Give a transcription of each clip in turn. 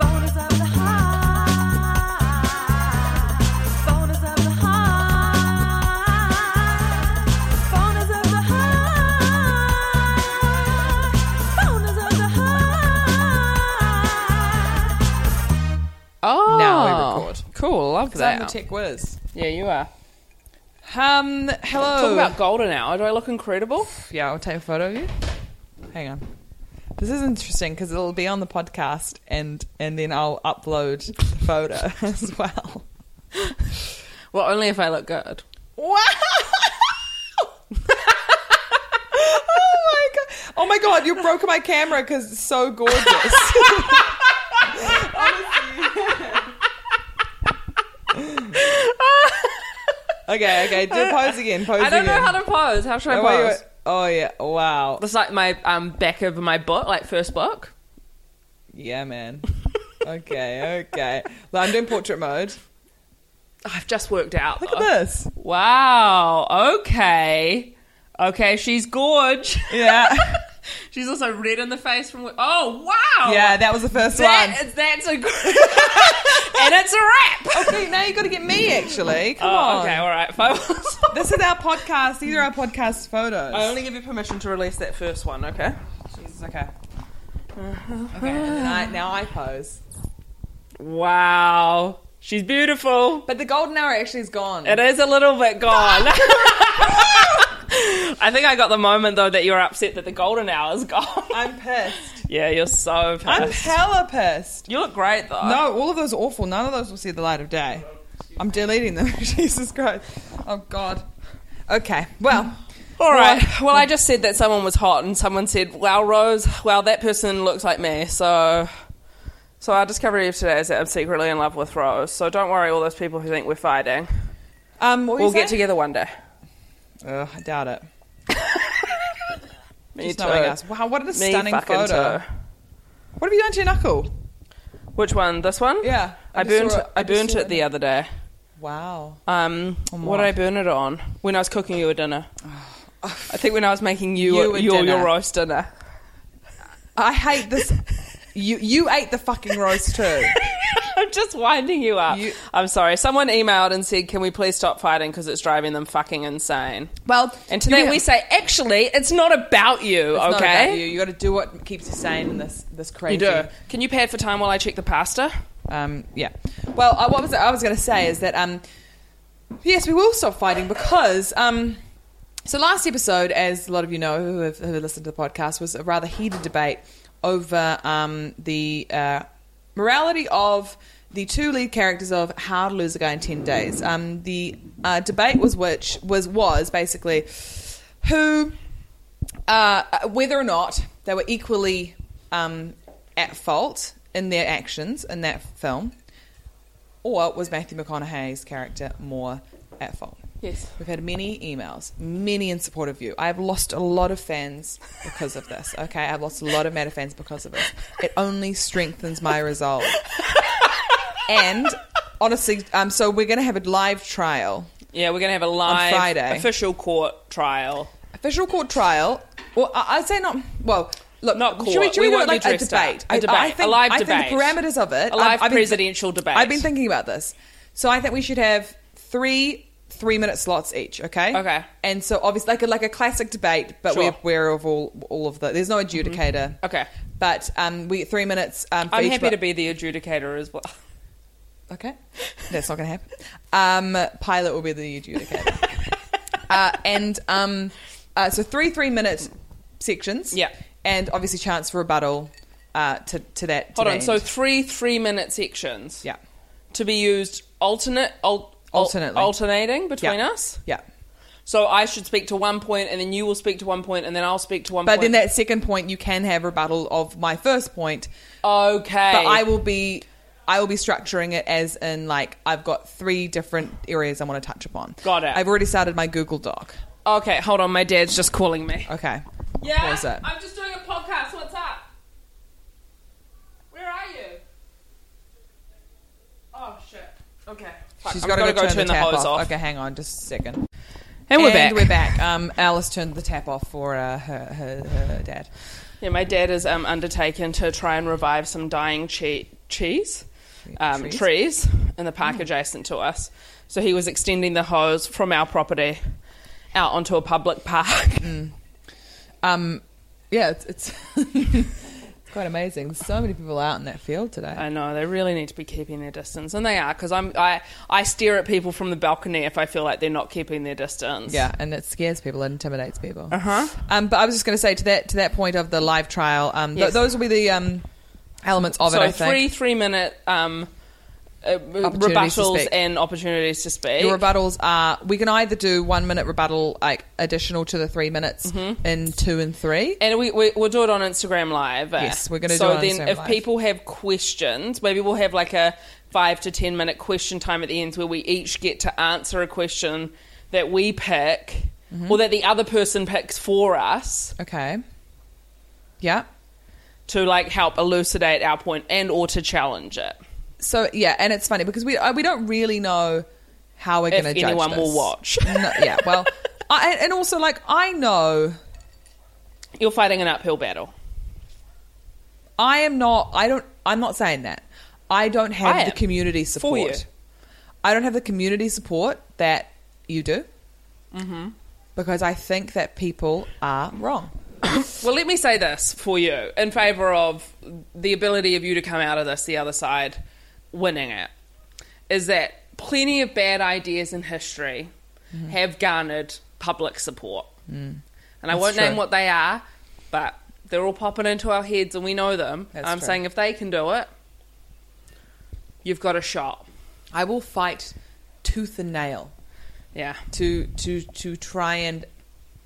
Bonus of the high. Bonus of the high. Bonus of the high. Bonus of the high. Oh, Now we record. Cool, love I'm the that. tech whiz. yeah, you are. Um, hello. Talk about golden hour. Do I look incredible? yeah, I'll take a photo of you. Hang on. This is interesting because it'll be on the podcast and and then I'll upload the photo as well. Well, only if I look good. Wow! oh my god! Oh my god! You broke my camera because it's so gorgeous. Honestly. okay, okay. Do pose again. Pose again. I don't know how to pose. How should I Oh, wait, pose? wait. Oh yeah! Wow. It's like my um, back of my book, like first book. Yeah, man. okay, okay. Well, I'm doing portrait mode. I've just worked out. Look at though. this. Wow. Okay. Okay, she's gorge. Yeah, she's also red in the face from. Oh wow. yeah. That was the first That one. is, that's a. gr- and it's a wrap. Okay, now you got to get me. Actually, come Oh, on. okay, all right. Folks. This is our podcast. These are our podcast photos. I only give you permission to release that first one, okay? Uh-huh. Jesus, okay. Okay, and then I, now I pose. Wow. She's beautiful. But the golden hour actually is gone. It is a little bit gone. I think I got the moment though that you're upset that the golden hour is gone. I'm pissed. yeah, you're so I'm pissed. hella pissed. you look great though. No, all of those are awful. None of those will see the light of day. I'm deleting them. Jesus Christ. Oh, God. Okay, well. All right. Well, I just said that someone was hot, and someone said, "Wow, Rose. Wow, that person looks like me." So, so our discovery of today is that I'm secretly in love with Rose. So don't worry, all those people who think we're fighting. Um, what were you We'll get saying? together one day. Ugh, I doubt it. Me Just too. knowing us. Wow, what a Me stunning fucking photo. too. What have you done to your knuckle? Which one? This one? Yeah, I, I just burnt. saw it it- I I just burnt saw it it. the other day. Wow. Um, what did I burn it on? When I was cooking you a dinner. I think when I was making you, You a your your dinner. roast dinner. I hate this. you you ate the fucking roast too. I'm just winding you up. You- I'm sorry. Someone emailed and said, "Can we please stop fighting because it's driving them fucking insane." Well, And today we say, "Actually, it's not about you, It's not okay? about you. You got to do what keeps you sane in this this crazy. You do. Can you pad for time while I check the pasta? Um, yeah. Well, I, what was I was going to say is that um, yes, we will stop fighting because um, so last episode, as a lot of you know who have, who have listened to the podcast, was a rather heated debate over um, the uh, morality of the two lead characters of How to Lose a Guy in Ten Days. Um, the uh, debate was which was was basically who uh, whether or not they were equally um, at fault in their actions in that film, or was Matthew McConaughey's character more at fault? Yes. We've had many emails, many in support of you. I've lost a lot of fans because of this, okay? I've lost a lot of Matter fans because of this. It only strengthens my resolve. And honestly, um, so we're going to have a live trial Yeah, we're gonna have a live Friday. official court trial. official court trial. Well, I- I'd say not. Well, look, Not Should we, court. should we, We do it won't be like a dressed up. debate? A debate. I, I think, A live I think debate. the paramethinkers of it. A live been- presidential debate. I've been thinking about this. So I think we should have three three-minute slots each. Okay. Okay. And so obviously, like a, like a classic debate, but Sure. Mm-hmm. we're aware of all all of the. There's no adjudicator. Okay. But um, we three minutes. Um, for I'm each happy bu- to be the adjudicator as well. Okay. That's not going to happen. Um, pilot will be the adjudicator. uh, and um, uh, so three three minute sections. Yeah. And obviously chance for rebuttal uh, to, to that. to Hold that on. So end. three three-minute sections. yeah. to be used alternate al- al- Alternately. alternating between Yeah. us. Yeah. So I should speak to one point, and then you will speak to one point, and then I'll speak to one But point. then that second point, you can have rebuttal of my first point, okay. but I will be. I will be structuring it as in like I've got three different areas I want to touch upon. Got it. I've already started my Google Doc. Okay, hold on. My dad's just calling me. Okay. Yeah, What is that? I'm just doing a podcast. What's up? Where are you? Oh shit. Okay. Fuck, She's I've got to gotta go turn, the, tap hose off. Okay, hang on just a second. And we're back. We're back. Um, Alice turned the tap off for uh, her, her her dad. Yeah, my dad has um, undertaken to try and revive some dying che- cheese um, Trees? trees. in the Hmm. park adjacent to us. So he was extending the hose from our property out onto a public park. Hmm. Um, yeah, it's it's, it's quite amazing. There's so many people out in that field today. I know they really need to be keeping their distance, and they are because I'm I I stare at people from the balcony if I feel like they're not keeping their distance. Yeah, and it scares people, it intimidates people. Uh-huh. Um, but I was just going to say to that to that point of the live trial. Um, th- Yes. those will be the um, elements of So it. I three think three minute um, uh, Opportunities to rebuttals speak. and opportunities to speak. your rebuttals are we can either do one minute rebuttal like additional to the three minutes Mm-hmm. in two and three. and we, we we'll do it on Instagram Live. uh, Yes, we're gonna do So it on then, Instagram if Live. people have questions, maybe we'll have like a five to ten minute question time at the end where we each get to answer a question that we pick Mm-hmm. or that the other person picks for us Okay. Yeah. to like help elucidate our point and or to challenge it. So yeah, and it's funny because we uh, we don't really know how we're If going to judge anyone will this. watch. No- yeah. Well, I, and also like I know You're fighting an uphill battle. I am not. I don't. I'm not saying that. I don't have I the am. community For you. support. I don't have the community support that you do. Mm-hmm. Because I think that people are wrong. Well, let me say this for you in favor of the ability of you to come out of this the other side winning it is that plenty of bad ideas in history Mm-hmm. have garnered public support. And I Mm. That's won't true. name what they are, but they're all popping into our heads and we know them. That's I'm true. saying if they can do it, you've got a shot. I will fight tooth and nail Yeah. to to to try and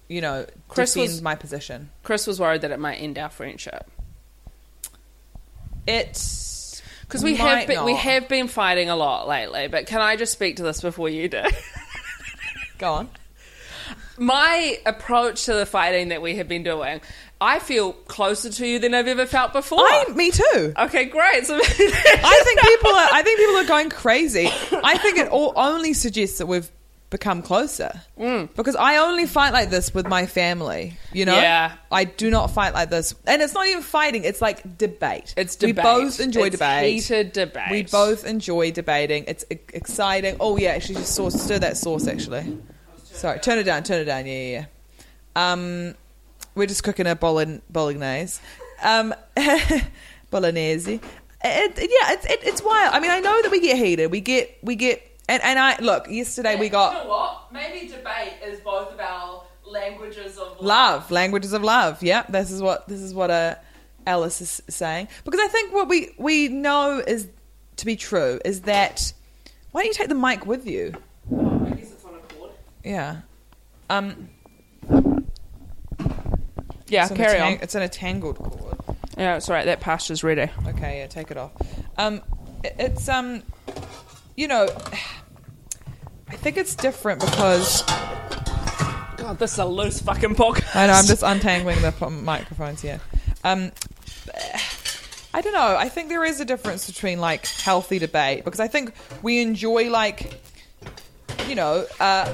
you know Chris defend was- my position. Chris was worried that it might end our friendship. It's Because we have been, we have been fighting a lot lately, but can I just speak to this before you do? go on. my approach to the fighting that we have been doing, I feel closer to you than I've ever felt before. I me too. okay, great. So I think people are. I think people are going crazy. I think it all only suggests that we've become closer Mm. because I only fight like this with my family. You know, Yeah. I do not fight like this, and it's not even fighting. It's like debate. It's debate. We both enjoy It's debate. heated debate. We both enjoy debating. It's e- exciting. Oh yeah, actually, just sauce, stir that sauce. Actually, sorry, turn it down. Turn it down. Yeah, yeah. yeah. Um, we're just cooking a bologn- bolognese. Um, bolognese. It, it- yeah, it's it, it's wild. I mean, I know that we get heated. We get we get and and I look yesterday we got what? Maybe debate is both of our languages of love languages of love. Yeah, this is what this is what uh, Alice is saying because I think what we we know is to be true is that why don't you take the mic with you? I guess it's on a cord. Yeah. Um, Yeah, it's in a carry tang- on. It's Oh in a tangled cord. Yeah, it's all right. That pasture's ready. Okay, yeah, take it off. Um, it- it's um, you know, I think it's different because God, this is a loose fucking podcast. I know I'm just untangling the p- microphones here. Um, I don't know. I think there is a difference between like healthy debate because I think we enjoy like, you know, uh,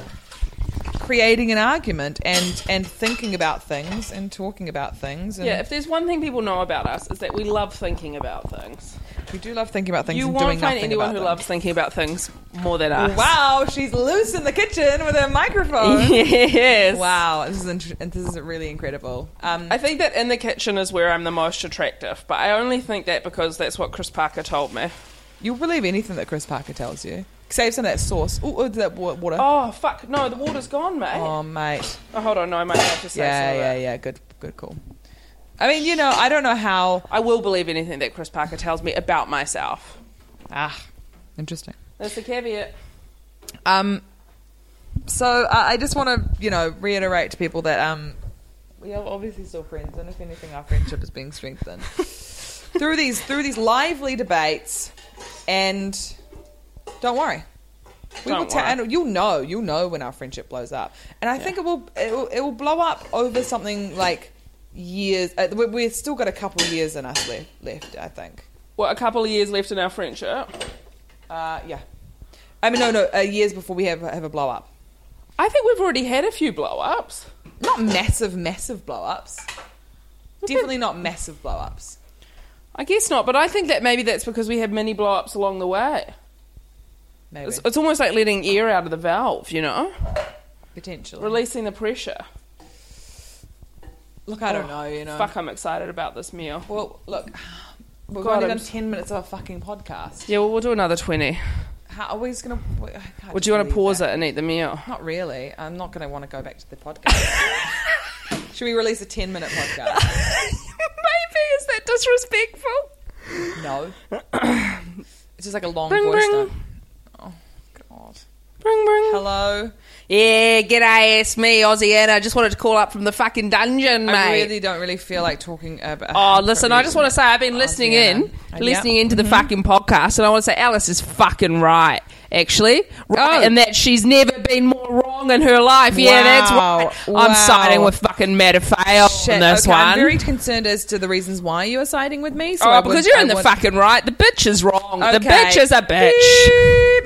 creating an argument and and thinking about things and talking about things. And Yeah, if there's one thing people know about us is that we love thinking about things. We do love thinking about things You and won't doing find nothing anyone about who them. loves thinking about things more than us. Wow, she's loose in the kitchen with her microphone. yes. Wow, this is int- this is really incredible. Um, I think that in the kitchen is where I'm the most attractive, but I only think that because that's what Chris Parker told me. you'll believe anything that Chris Parker tells you. Save some of that sauce. Ooh, ooh, that wa- water. Oh, Oh fuck! No, the water's gone, mate. mate. Oh, hold on, no, I might have to say Yeah, some of yeah, it. yeah. Good, good call. I mean, you know, I don't know how. I will believe anything that Chris Parker tells me about myself. Ah, interesting. That's the caveat. Um, so I I just want to, you know, reiterate to people that um, we are obviously still friends, and if anything, our friendship is being strengthened through these through these lively debates. And don't worry, we Don't will. Ta- worry. and you'll know, you'll know when our friendship blows up, and I think it will, it will. It will blow up over something like years. Uh, we- we've still got a couple of years in us left. Left, I think. What, a couple of years left in our friendship? Uh, yeah. I mean, no, no, uh, years before we have have a blow up. I think we've already had a few blow ups. Not massive, massive blow ups. Definitely not massive blow ups. I guess not, but I think that maybe that's because we had many blow ups along the way. Maybe. It's, it's almost like letting air out of the valve, you know? Potentially. Releasing the pressure. Look, I don't know, you know. Oh, Fuck, I'm excited about this meal. Well, look, we've God, only I'm done s- 10 minutes of a fucking podcast. Yeah, well, we'll do another 20. How are we just going to. Would you want to pause it and eat the meal? Not really. I'm not going to want to go back to the podcast. Should we release a 10 minute podcast? Maybe, is that disrespectful? no. It's just like a long Bring, voice bring. note. Oh, God. Bring, bring. Hello. Yeah, g'day, it's me, Aussie Anna. I just wanted to call up from the fucking dungeon, mate. I really don't really feel like talking about. Oh, listen, I just want to say I've been listening in, yeah. listening into the fucking podcast, and I want to say Alice is fucking right, actually. Right, Oh. and that she's never been more wrong in her life. Yeah, that's Wow. right. I'm Wow. siding with fucking Matafeo Oh, on Shit, this okay, one. I'm very concerned as to the reasons why you are siding with me. So oh, I because would- you're in I the would- fucking right. The bitch is wrong. The Okay. bitch is a bitch.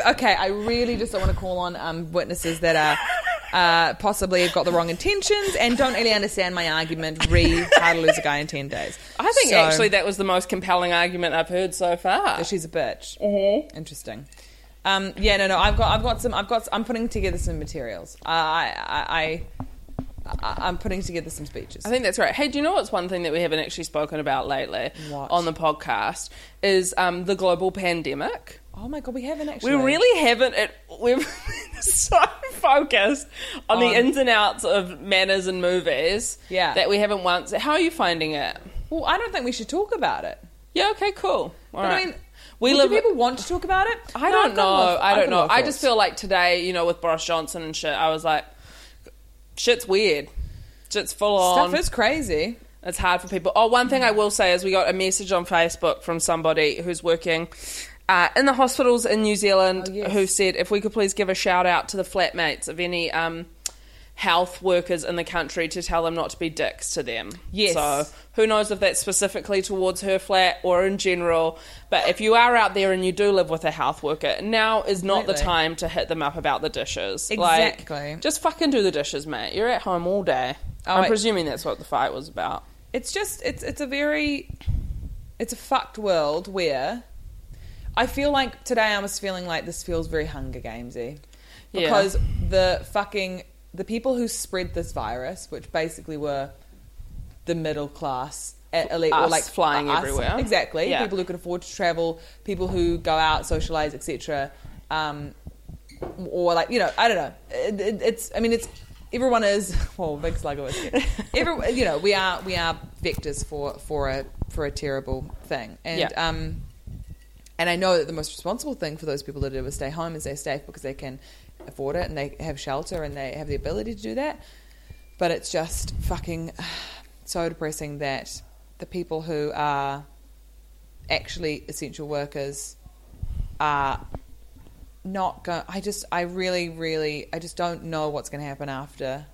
Beep. Okay, I really just don't want to call on um, witnesses that are uh, possibly have got the wrong intentions and don't really understand my argument. Re how to lose a guy in ten days. I think So- actually that was the most compelling argument I've heard so far. that she's a bitch. Mm-hmm. Interesting. Um, yeah, no, no. I've got, I've got some, I've got, I'm putting together some materials. I, I, I, I I'm putting together some speeches. I think that's right. Hey, do you know what's one thing that we haven't actually spoken about lately What? on the podcast is um, the global pandemic. oh my god, we haven't We actually. really haven't. It, we've been so focused on, the On- ins and outs of manners and movies. Yeah. That we haven't once. How are you finding it? Well, I don't think we should talk about it. Yeah. Okay. Cool. All But right. I mean, we would live. do people want to talk about it? I No, don't I've know. got a lot of- I I've don't got a know. lot of I just thoughts. feel like today, you know, with Boris Johnson and shit, I was like, shit's weird. Shit's full on. stuff is crazy. It's hard for people. Oh, one thing I will say is we got a message on Facebook from somebody who's working uh, in the hospitals in New Zealand Oh, yes. who said if we could please give a shout out to the flatmates of any um, health workers in the country to tell them not to be dicks to them. Yes. So who knows if that's specifically towards her flat or in general. But if you are out there and you do live with a health worker, now is not the Completely. time to hit them up about the dishes. Exactly. Like, just fucking do the dishes, mate. You're at home all day. Oh, I'm it- presuming that's what the fight was about. It's just it's it's a very it's a fucked world where I feel like today I was feeling like this feels very Hunger Gamesy Yeah. because the fucking the people who spread this virus, which basically were the middle class e- elite, or Us like flying us, everywhere. exactly. Yeah. People who can afford to travel, people who go out, socialize, etc. Um, or like you know, I don't know. It, it, it's I mean it's everyone is well, big slug always. gets- Every you know we are we are vectors for for a for a terrible thing, and Yeah. um, and I know that the most responsible thing for those people to do is stay home and stay safe because they can afford it and they have shelter and they have the ability to do that. But it's just fucking so depressing that the people who are actually essential workers are not going. I just, I really, really, I just don't know what's going to happen after.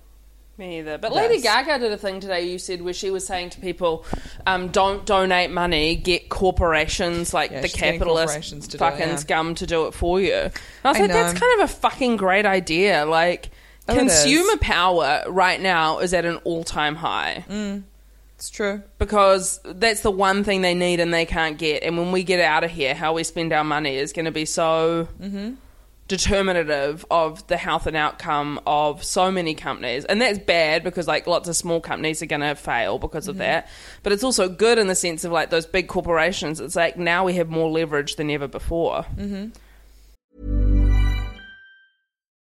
Me either. But Yes. Lady Gaga did a thing today. You said where she was saying to people, um, "Don't donate money. Get corporations like Yeah, the she's getting capitalist corporations to do it, fucking yeah. scum to do it for you." And I was I like, "That's know. kind of a fucking great idea." Like Oh, it consumer is. power right now is at an all-time high It's true. because that's the one thing they need and they can't get. And when we get out of here, how we spend our money is going to be so Mm-hmm. determinative of the health and outcome of so many companies. And that's bad because like lots of small companies are going to fail because Mm-hmm. of that. But it's also good in the sense of like those big corporations. It's like now we have more leverage than ever before. Mm.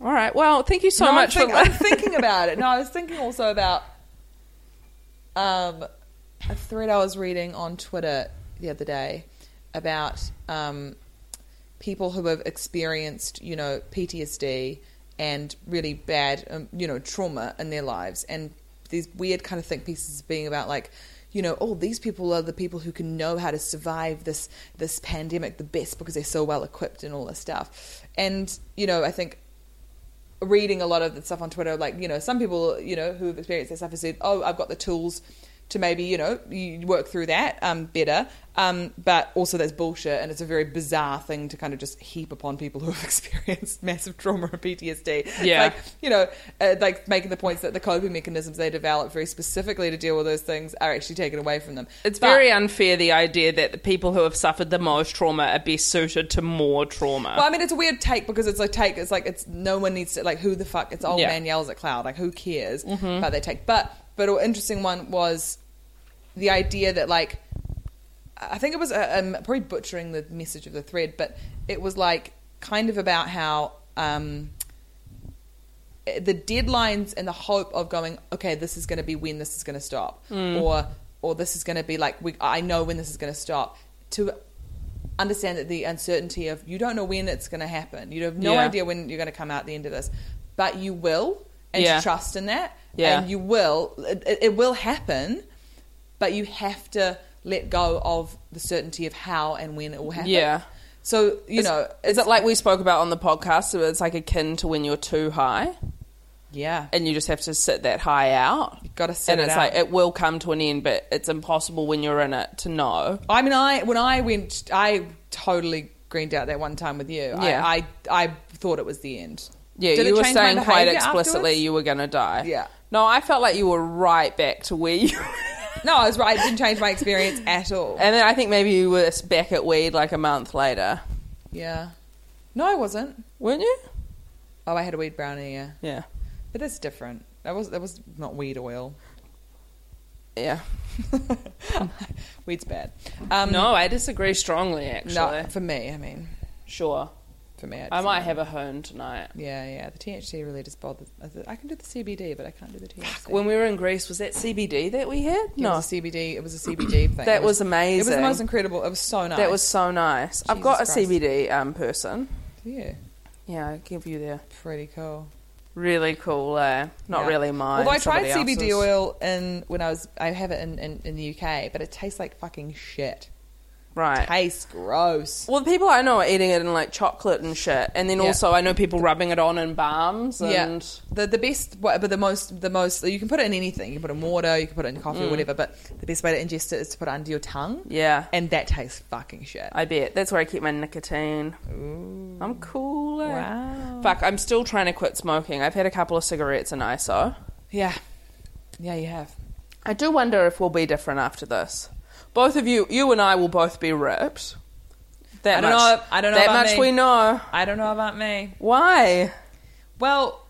All right. Well, thank you so No, much I'm, think- for I'm thinking about it. No, I was thinking also about um, a thread I was reading on Twitter the other day about um, people who have experienced, you know, PTSD and really bad, um, you know, trauma in their lives, and these weird kind of think pieces being about like. You know, oh, these people are the people who can know how to survive this this pandemic the best because they're so well equipped and all this stuff. And you know, I think reading a lot of the stuff on Twitter, like, you know, some people, you know, who have experienced this stuff have said, oh, I've got the tools to maybe, you know, you work through that um, better. Um, but also that's bullshit. And it's a very bizarre thing to kind of just heap upon people who have experienced massive trauma and PTSD. It's Yeah. Like, you know, uh, like making the points that the coping mechanisms they develop very specifically to deal with those things are actually taken away from them. It's But- very unfair the idea that the people who have suffered the most trauma are best suited to more trauma. Well, I mean, it's a weird take because it's a take. It's like it's no one needs to like who the fuck. It's old Yeah. man yells at cloud. Like who cares about that take? But but an interesting one was the idea that like I think it was uh, um, probably butchering the message of the thread, but it was like kind of about how. Um, the deadlines and the hope of going, okay, this is going to be when this is going to stop, Mm. or or this is going to be like we, I know when this is going to stop. To understand that the uncertainty of you don't know when it's going to happen, you have no Yeah. idea when you're going to come out the end of this, but you will, and Yeah. to trust in that, Yeah. and you will, it, it- it will happen, but you have to let go of the certainty of how and when it will happen. Yeah. So you is, know, is it like we spoke about on the podcast? so It's like akin to when you're too high yeah, and you just have to sit that high out. You've gotta sit And it it's out. like it will come to an end, but it's impossible when you're in it to know. I mean, I when I went, I totally greened out that one time with you. Yeah. I, I, I thought it was the end. Yeah, Did it you were change my saying quite behaviour explicitly afterwards? you were going to die. Yeah. No, I felt like you were right back to where you No, I was right. It didn't change my experience at all. And then I think maybe you were back at weed like a month later. yeah. No, I wasn't. Weren't you? Oh, I had a weed brownie. Yeah, Yeah. but that's different. That was that was not weed oil. Yeah. Weed's bad. Um, No, I disagree strongly actually. no, for me. I mean, Sure. for me, I just- might have a hoon tonight. Yeah, yeah. The THC really just bothers. I th- I can do the CBD, but I can't do the THC. When we were in Greece, was that CBD that we had? It No. was a CBD. It was a CBD thing. That It was amazing. It was the most incredible. It was so nice. That was so nice. I've Jesus got a Christ. CBD um, person. yeah, Yeah, I'll give you there. pretty cool. Really cool. Uh, not Yeah. really mine. Although I tried somebody CBD else's. oil in when I was, I have it in, in, in the UK, but it tastes like fucking shit. Right. Tastes gross. Well, the people I know are eating it in like chocolate and shit, and then Yeah. also I know people rubbing it on in balms. Yeah, And the the best, wa- but the most, the most. You can put it in anything. You can put it in water. You can put it in coffee or whatever. But the best way to ingest it is to put it under your tongue. Mm. Yeah. and that tastes fucking shit. I bet that's where I keep my nicotine. I'm cool. eh? Wow. Fuck, I'm still trying to quit smoking. I've had a couple of cigarettes and ISO. yeah, yeah, you have. I do wonder if we'll be different after this. Both of you, you and I, will both be ripped. That I don't much, know- I don't know That about much me. we know. I don't know about me. Why? Well,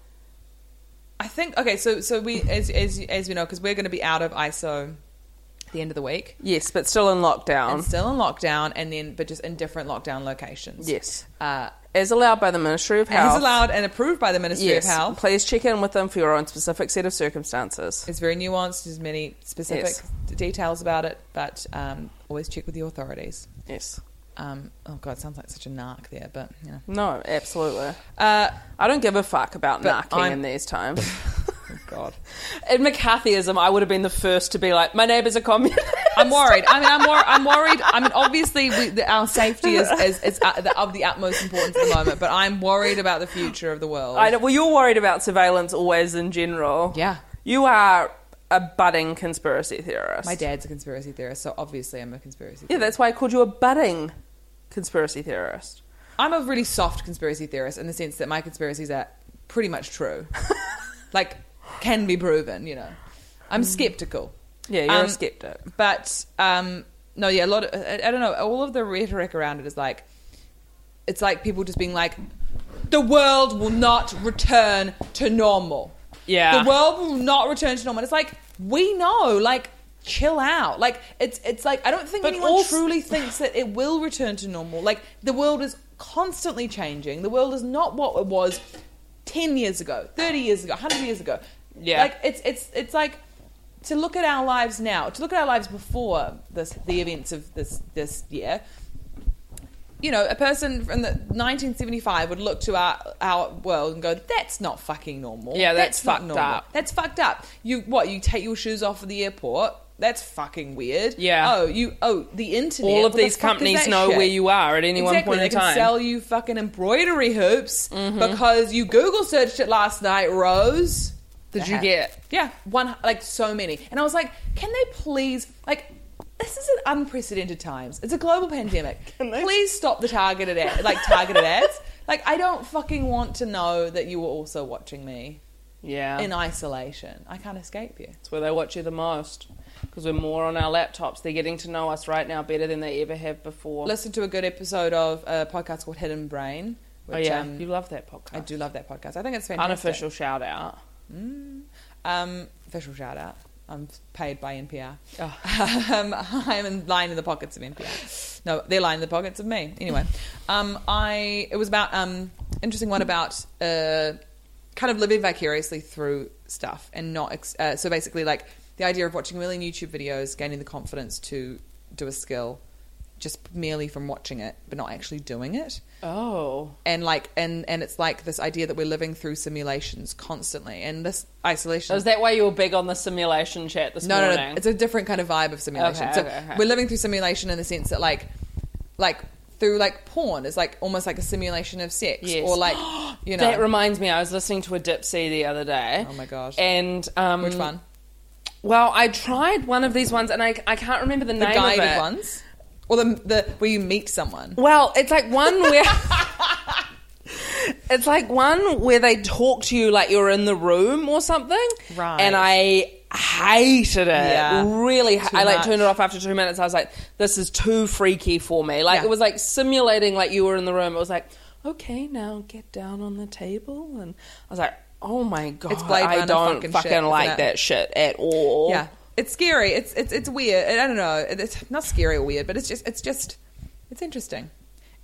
I think okay. So so we as as as we know because we're going to be out of ISO the end of the week. Yes, but still in lockdown. and still in lockdown, and then but just in different lockdown locations. yes, uh, as allowed by the Ministry of Health. as allowed and approved by the Ministry Yes, of Health. please check in with them for your own specific set of circumstances. It's very nuanced. There's many specific Yes. d- details about it, but um, always check with the authorities. Yes. Um, oh God, sounds like such a narc there, but you know. No, absolutely. Uh, I don't give a fuck about But narking I'm- Oh, in these times. God, In McCarthyism, I would have been the first to be like, my neighbour's a communist. I'm worried. I mean, I'm, wor- I'm worried. I mean, obviously, we, the, our safety is, is, is uh, the, of the utmost importance at the moment, but I'm worried about the future of the world. I know, well, you're worried about surveillance always in general. Yeah. You are a budding conspiracy theorist. My dad's a conspiracy theorist, so obviously, I'm a conspiracy. Yeah, theorist. that's why I called you a budding conspiracy theorist. I'm a really soft conspiracy theorist in the sense that my conspiracies are pretty much true, like can be proven. You know, I'm skeptical. Mm. Yeah, you're Um, a skeptic. But um, no, yeah, a lot. Of, I, I don't know. All of the rhetoric around it is like it's like people just being like, the world will not return to normal. Yeah. The world will not return to normal. It's like, we know, like, chill out. Like, it's it's like I don't think But anyone also- truly thinks that it will return to normal. Like, the world is constantly changing. The world is not what it was ten years ago, thirty years ago, hundred years ago. Yeah. Like it's it's it's like to look at our lives now, to look at our lives before this the events of this this year, you know, a person from the 1975 would look to our our world and go, "That's not fucking normal. Yeah, that's not fucked normal. up. That's fucked up. You what? You take your shoes off at the airport." That's fucking weird. Yeah. Oh, you. Oh, the internet. All of What the these fuck is companies that know shit? where you are at any one Exactly, point in they can time. Sell you fucking embroidery hoops because you Google searched it last night, Rose. Did That you happened. get- Yeah, one like so many, and I was like, can they please like. This is an unprecedented times. It's a global pandemic. Please stop the targeted ad, like targeted ads. Like I don't fucking want to know that you were also watching me yeah. in isolation. I can't escape you. It's where they watch you the most because we're more on our laptops. They're getting to know us right now better than they ever have before. Listen to a good episode of a podcast called Hidden Brain. Which, oh yeah, um, you love that podcast. I do love that podcast. I think it's fantastic. Unofficial shout out. Um, official shout out. I'm paid by NPR. Oh. Um, I'm in line in the pockets of NPR. No, they're lying in the pockets of me. Anyway, um, I it was about um interesting one about uh kind of living vicariously through stuff and not ex- uh, so basically like the idea of watching a million YouTube videos, gaining the confidence to do a skill just merely from watching it, but not actually doing it Oh, and like and and it's like this idea that we're living through simulations constantly and this so isolation is that why you were big on the simulation chat this no, no morning? no it's a different kind of vibe of simulation Okay, so okay, okay. we're living through simulation in the sense that like like through like porn is like almost like a simulation of sex Yes. or like you know That reminds me, I was listening to a Dipsy the other day. Oh my gosh. And um, which one Well, I tried one of these ones, and I, I can't remember the, the name of guided it. ones or the, the where you meet someone Well, it's like one where it's like one where they talk to you like you're in the room or something. Right. And I hated it. Yeah. Really, ha- Too I like much. turned it off after two minutes. I was like, this is too freaky for me. Like Yeah. it was like simulating like you were in the room. It was like, okay, now get down on the table, and I was like, oh my god, Blade I Runner don't fucking fucking, shit, isn't like it? that shit at all. yeah it's scary it's it's it's weird i don't know it's not scary or weird but it's just it's just it's interesting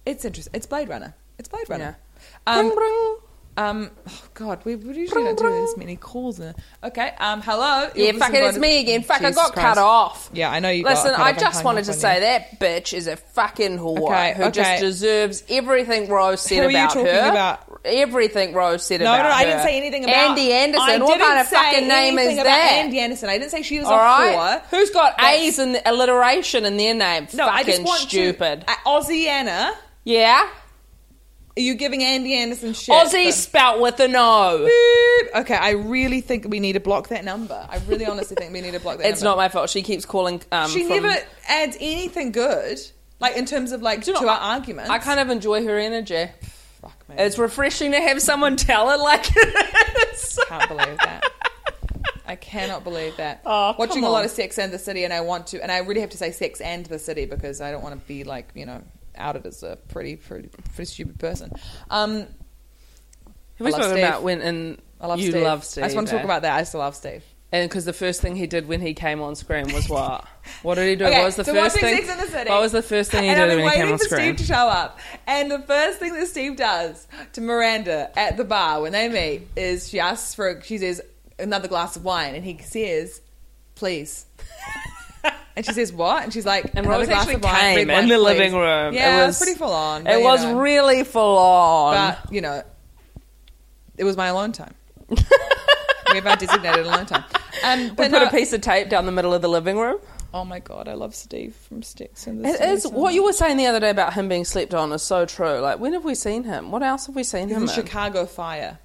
it's interesting it's blade runner it's blade runner Bring, bring. Um, oh God, we, we usually don't do this many calls. In a, okay, um, hello. Yeah, You're fuck it, it's disinvited- me again. Fuck, I Jesus got Christ. cut off. Yeah, I know you got Listen, cut I off. I just hung wanted up to on say you. that bitch is a fucking whore Okay, who okay. just deserves everything Rose said Who are you about talking her. about? Everything Rose said No, about no, her. I didn't say anything about Andy Anderson. I what didn't kind of say fucking name is anything about that? Andy Anderson. I didn't say she was All a right, whore. who's got That's- A's and alliteration in their name? No, fucking I just want stupid. To, uh, Aussie Anna, yeah, are you giving Andy Anderson shit? Aussie spelt with an O. Boop. Okay, I really think we need to block that number. I really honestly think we need to block that. It's number. not my fault. She keeps calling. Um, She from- never adds anything good, like in terms of like Do you know, to our arguments. I kind of enjoy her energy. Fuck, man. It's refreshing to have someone tell it like it is. I can't believe that. I cannot believe that. Oh, come Watching a lot on. of Sex and the City, and I want to, and I really have to say Sex and the City because I don't want to be like you know outed as a pretty, pretty, pretty stupid person. Um, Have we I love spoken Steve. about when and I love you Steve. love Steve? I just want to talk eh? about that. I still love Steve. and because the first thing he did when he came on screen was what? What did he do? what was the so first watching thing? Sex and the City. What was the first thing he and did I've been when he waiting came on for screen? Steve to show up. And the first thing that Steve does to Miranda at the bar when they meet is she asks for she says another glass of wine, and he says, "Please." and she says, "What?" And she's like, and "Another Rose glass actually of wine, came red wine, in the please." living room. Yeah, it was, pretty full on. but, It you was know. really full on. But you know, it was my alone time. we have our designated alone time. Um, we but put no- a piece of tape down the middle of the living room. Oh my god, I love Steve from Sticks and the It City is so what you were saying the other day about him being slept on is so true. Like, when have we seen him? What else have we seen He's him in in? Chicago Fire.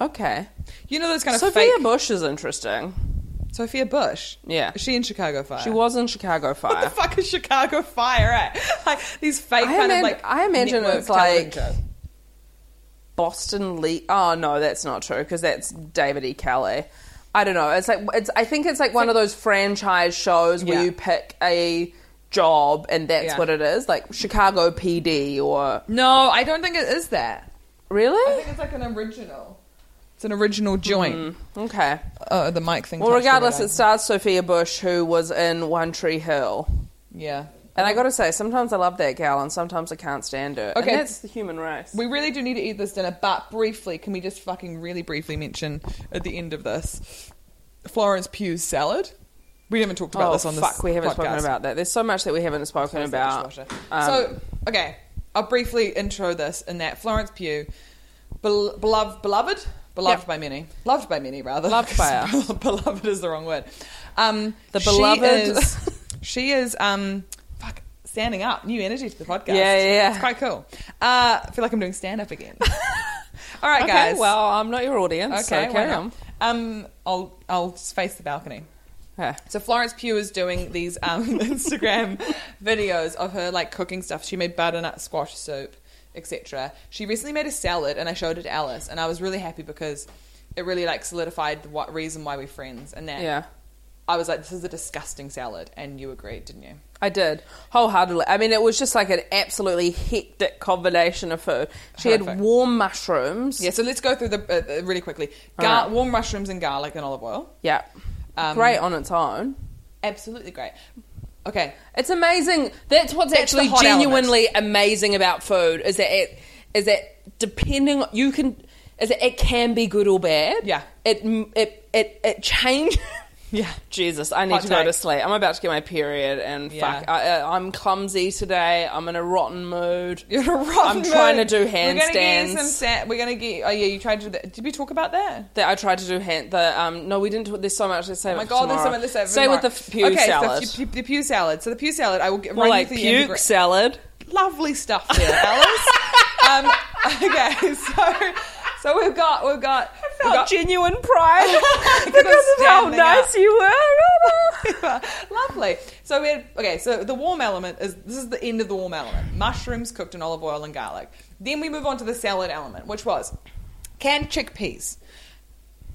Okay, You know those kind of Sophia fake. Bush is interesting. Sophia Bush. Yeah. Is she in Chicago Fire? She was in Chicago Fire. What the fuck is Chicago Fire at? Like these fake I kind imagine, of like. I imagine network it's like television. Boston Lee. Oh no, that's not true because that's David E. Kelly. I don't know. It's like it's. I think it's like one of those franchise shows where Yeah. you pick a job and that's Yeah. what it is, like Chicago PD or No, I don't think it is that. I really? think it's like an original. It's an original joint. Okay. Oh, the mic thing. Hmm. Well, touched regardless, the it right stars Sophia Bush, who was in One Tree Hill. eye. yeah. And I gotta say, sometimes I love that gal, and sometimes I can't stand her. Okay. and that's the human race. We really do need to eat this dinner, but briefly, can we just fucking really briefly mention at the end of this Florence Pugh's salad? We haven't talked about oh this on this. fuck, we haven't spoken podcast. about that. There's so much that we haven't spoken Close the about. dishwasher. Um, so okay, I'll briefly intro this in that Florence Pugh, bel- beloved, beloved, beloved Yep. by many, loved by many rather, Loved by us. beloved is the wrong word. Um, The she beloved- is- she is um, fuck, standing up, new energy to the podcast. Yeah, yeah, yeah. it's quite cool. Uh, I feel like I'm doing stand up again. All right, okay, guys. well, I'm not your audience. okay, so why carry not? on. Um, I'll I'll face the balcony. Okay. So Florence Pugh is doing these um, Instagram videos of her like cooking stuff. She made butternut squash soup, etc. She recently made a salad, and I showed it to Alice, and I was really happy because it really like solidified the what reason why we're friends. And that Yeah. I was like, this is a disgusting salad, and you agreed, didn't you? I did wholeheartedly. I mean, it was just like an absolutely hectic combination of food. She had Horrific. warm mushrooms. Yeah. So let's go through the uh, uh, really quickly. All Gar- right. Warm mushrooms and garlic and olive oil. yeah, Um, great on its own. Absolutely great. Okay. It's amazing. That's what's That's the actually hot genuinely amazing about food is that it is that depending you can is that it can be good or bad. Yeah. It it it it changes. Yeah. Jesus, I need Hot to go to take. sleep. I'm about to get my period, and Yeah. fuck, I, I, I'm clumsy today. I'm in a rotten mood. You're a rotten I'm trying to mood. do We're gonna get you some handstands. sa- we're gonna get. Oh yeah, you tried to. Do that. Did we talk about that? That I tried to do hand. The um, no, we didn't. Talk, there's so much to say. Oh my god, there's something to say. Stay with the f- pew okay, salad. So the, pew, the pew salad. So the pew salad, I will get More run like you through puke the integral- salad. Lovely stuff there, Alice. um, okay, so so we've got we've got we've got genuine pride because of how nice you were. Lovely. So we had okay. So the warm element is this is the end of the warm element. Mushrooms cooked in olive oil and garlic. Then we move on to the salad element, which was canned chickpeas,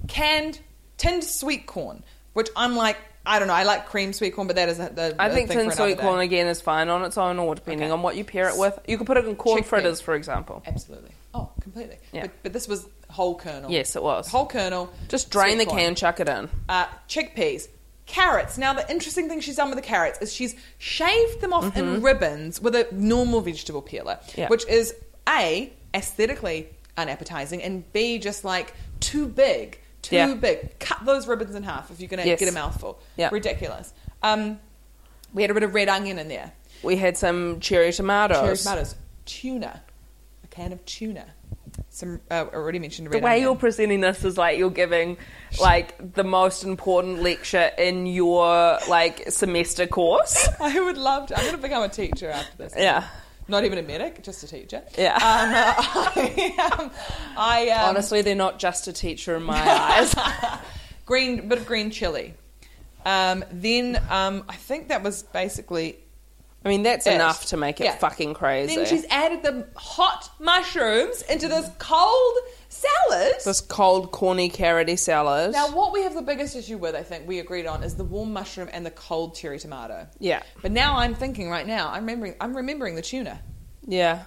canned tinned sweet corn, which I'm like I don't know. I like cream sweet corn, but that is a, the, I a think thing for tin another sweet day. corn again is fine on its own, or depending Okay. on what you pair it with. You could put it in corn Chickpea. fritters, for example. Absolutely. Oh, completely. Yeah. But, but this was whole kernel. Yes, it was. Whole kernel. Just drain the sweet corn. can, chuck it in. uh, chickpeas, carrots. Now, the interesting thing she's done with the carrots is she's shaved them off in ribbons with a normal vegetable peeler, Mm-hmm. Yeah. which is A, aesthetically unappetizing, and B, just like too big. Too Yeah. big. Cut those ribbons in half if you're going to Yes. get a mouthful. Yeah. Ridiculous. Um, we had a bit of red onion in there. We had some cherry tomatoes. Cherry tomatoes. Tuna. A can of tuna. Some uh, I already mentioned The red way onion. you're presenting this is like you're giving like the most important lecture in your like semester course. I would love to. I'm going to become a teacher after this. Yeah. Not even a medic, just a teacher. Yeah. Um, I, um, I um, Honestly, they're not just a teacher in my eyes. green bit of green chili. Um, then um, I think that was basically I mean, that's it. enough to make it Yeah. fucking crazy. Then she's added the hot mushrooms into this cold salad. this cold, corny, carroty salad. Now, what we have the biggest issue with, I think we agreed on, is the warm mushroom and the cold cherry tomato. Yeah. But now I'm thinking right now, I'm remembering, I'm remembering the tuna, yeah,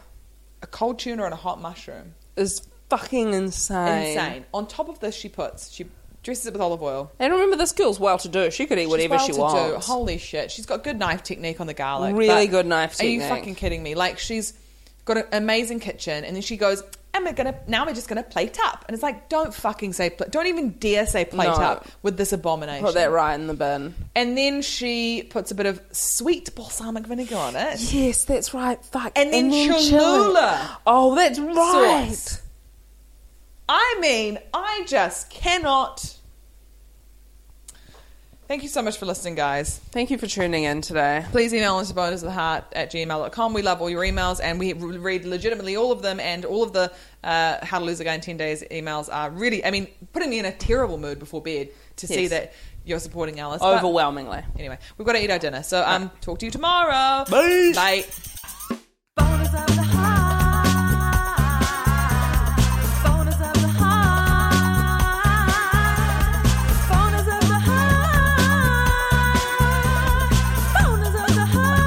a cold tuna and a hot mushroom. is fucking insane. Insane. On top of this, she puts she dresses it with olive oil. And remember, this girl's well to do. She could eat whatever She's she well-to-do. wants. Holy shit, she's got good knife technique on the garlic. Really but good knife Are technique. you fucking kidding me? Like she's got an amazing kitchen, and then she goes, "Am I gonna now? We're just gonna plate up." And it's like, don't fucking say, pla- don't even dare say plate No. up with this abomination. Put that right in the bin. And then she puts a bit of sweet balsamic vinegar on it. Yes, that's right. Fuck. And then chili. Cholula. Oh, that's right. Sauce. I mean, I just cannot. Thank you so much for listening, guys. Thank you for tuning in today. please email us at bonusoftheheart at gmail.com. We love all your emails and we re- read legitimately all of them. And all of the uh, How to Lose a Guy in 10 Days emails are really, I mean, putting me in a terrible mood before bed to see Yes. that you're supporting Alice. But Overwhelmingly. anyway, we've got to eat our dinner. So um, talk to you tomorrow. Bye. Bye. Bonus of the heart. Bonus of the heart. Bonus of the heart. Bonus of the heart.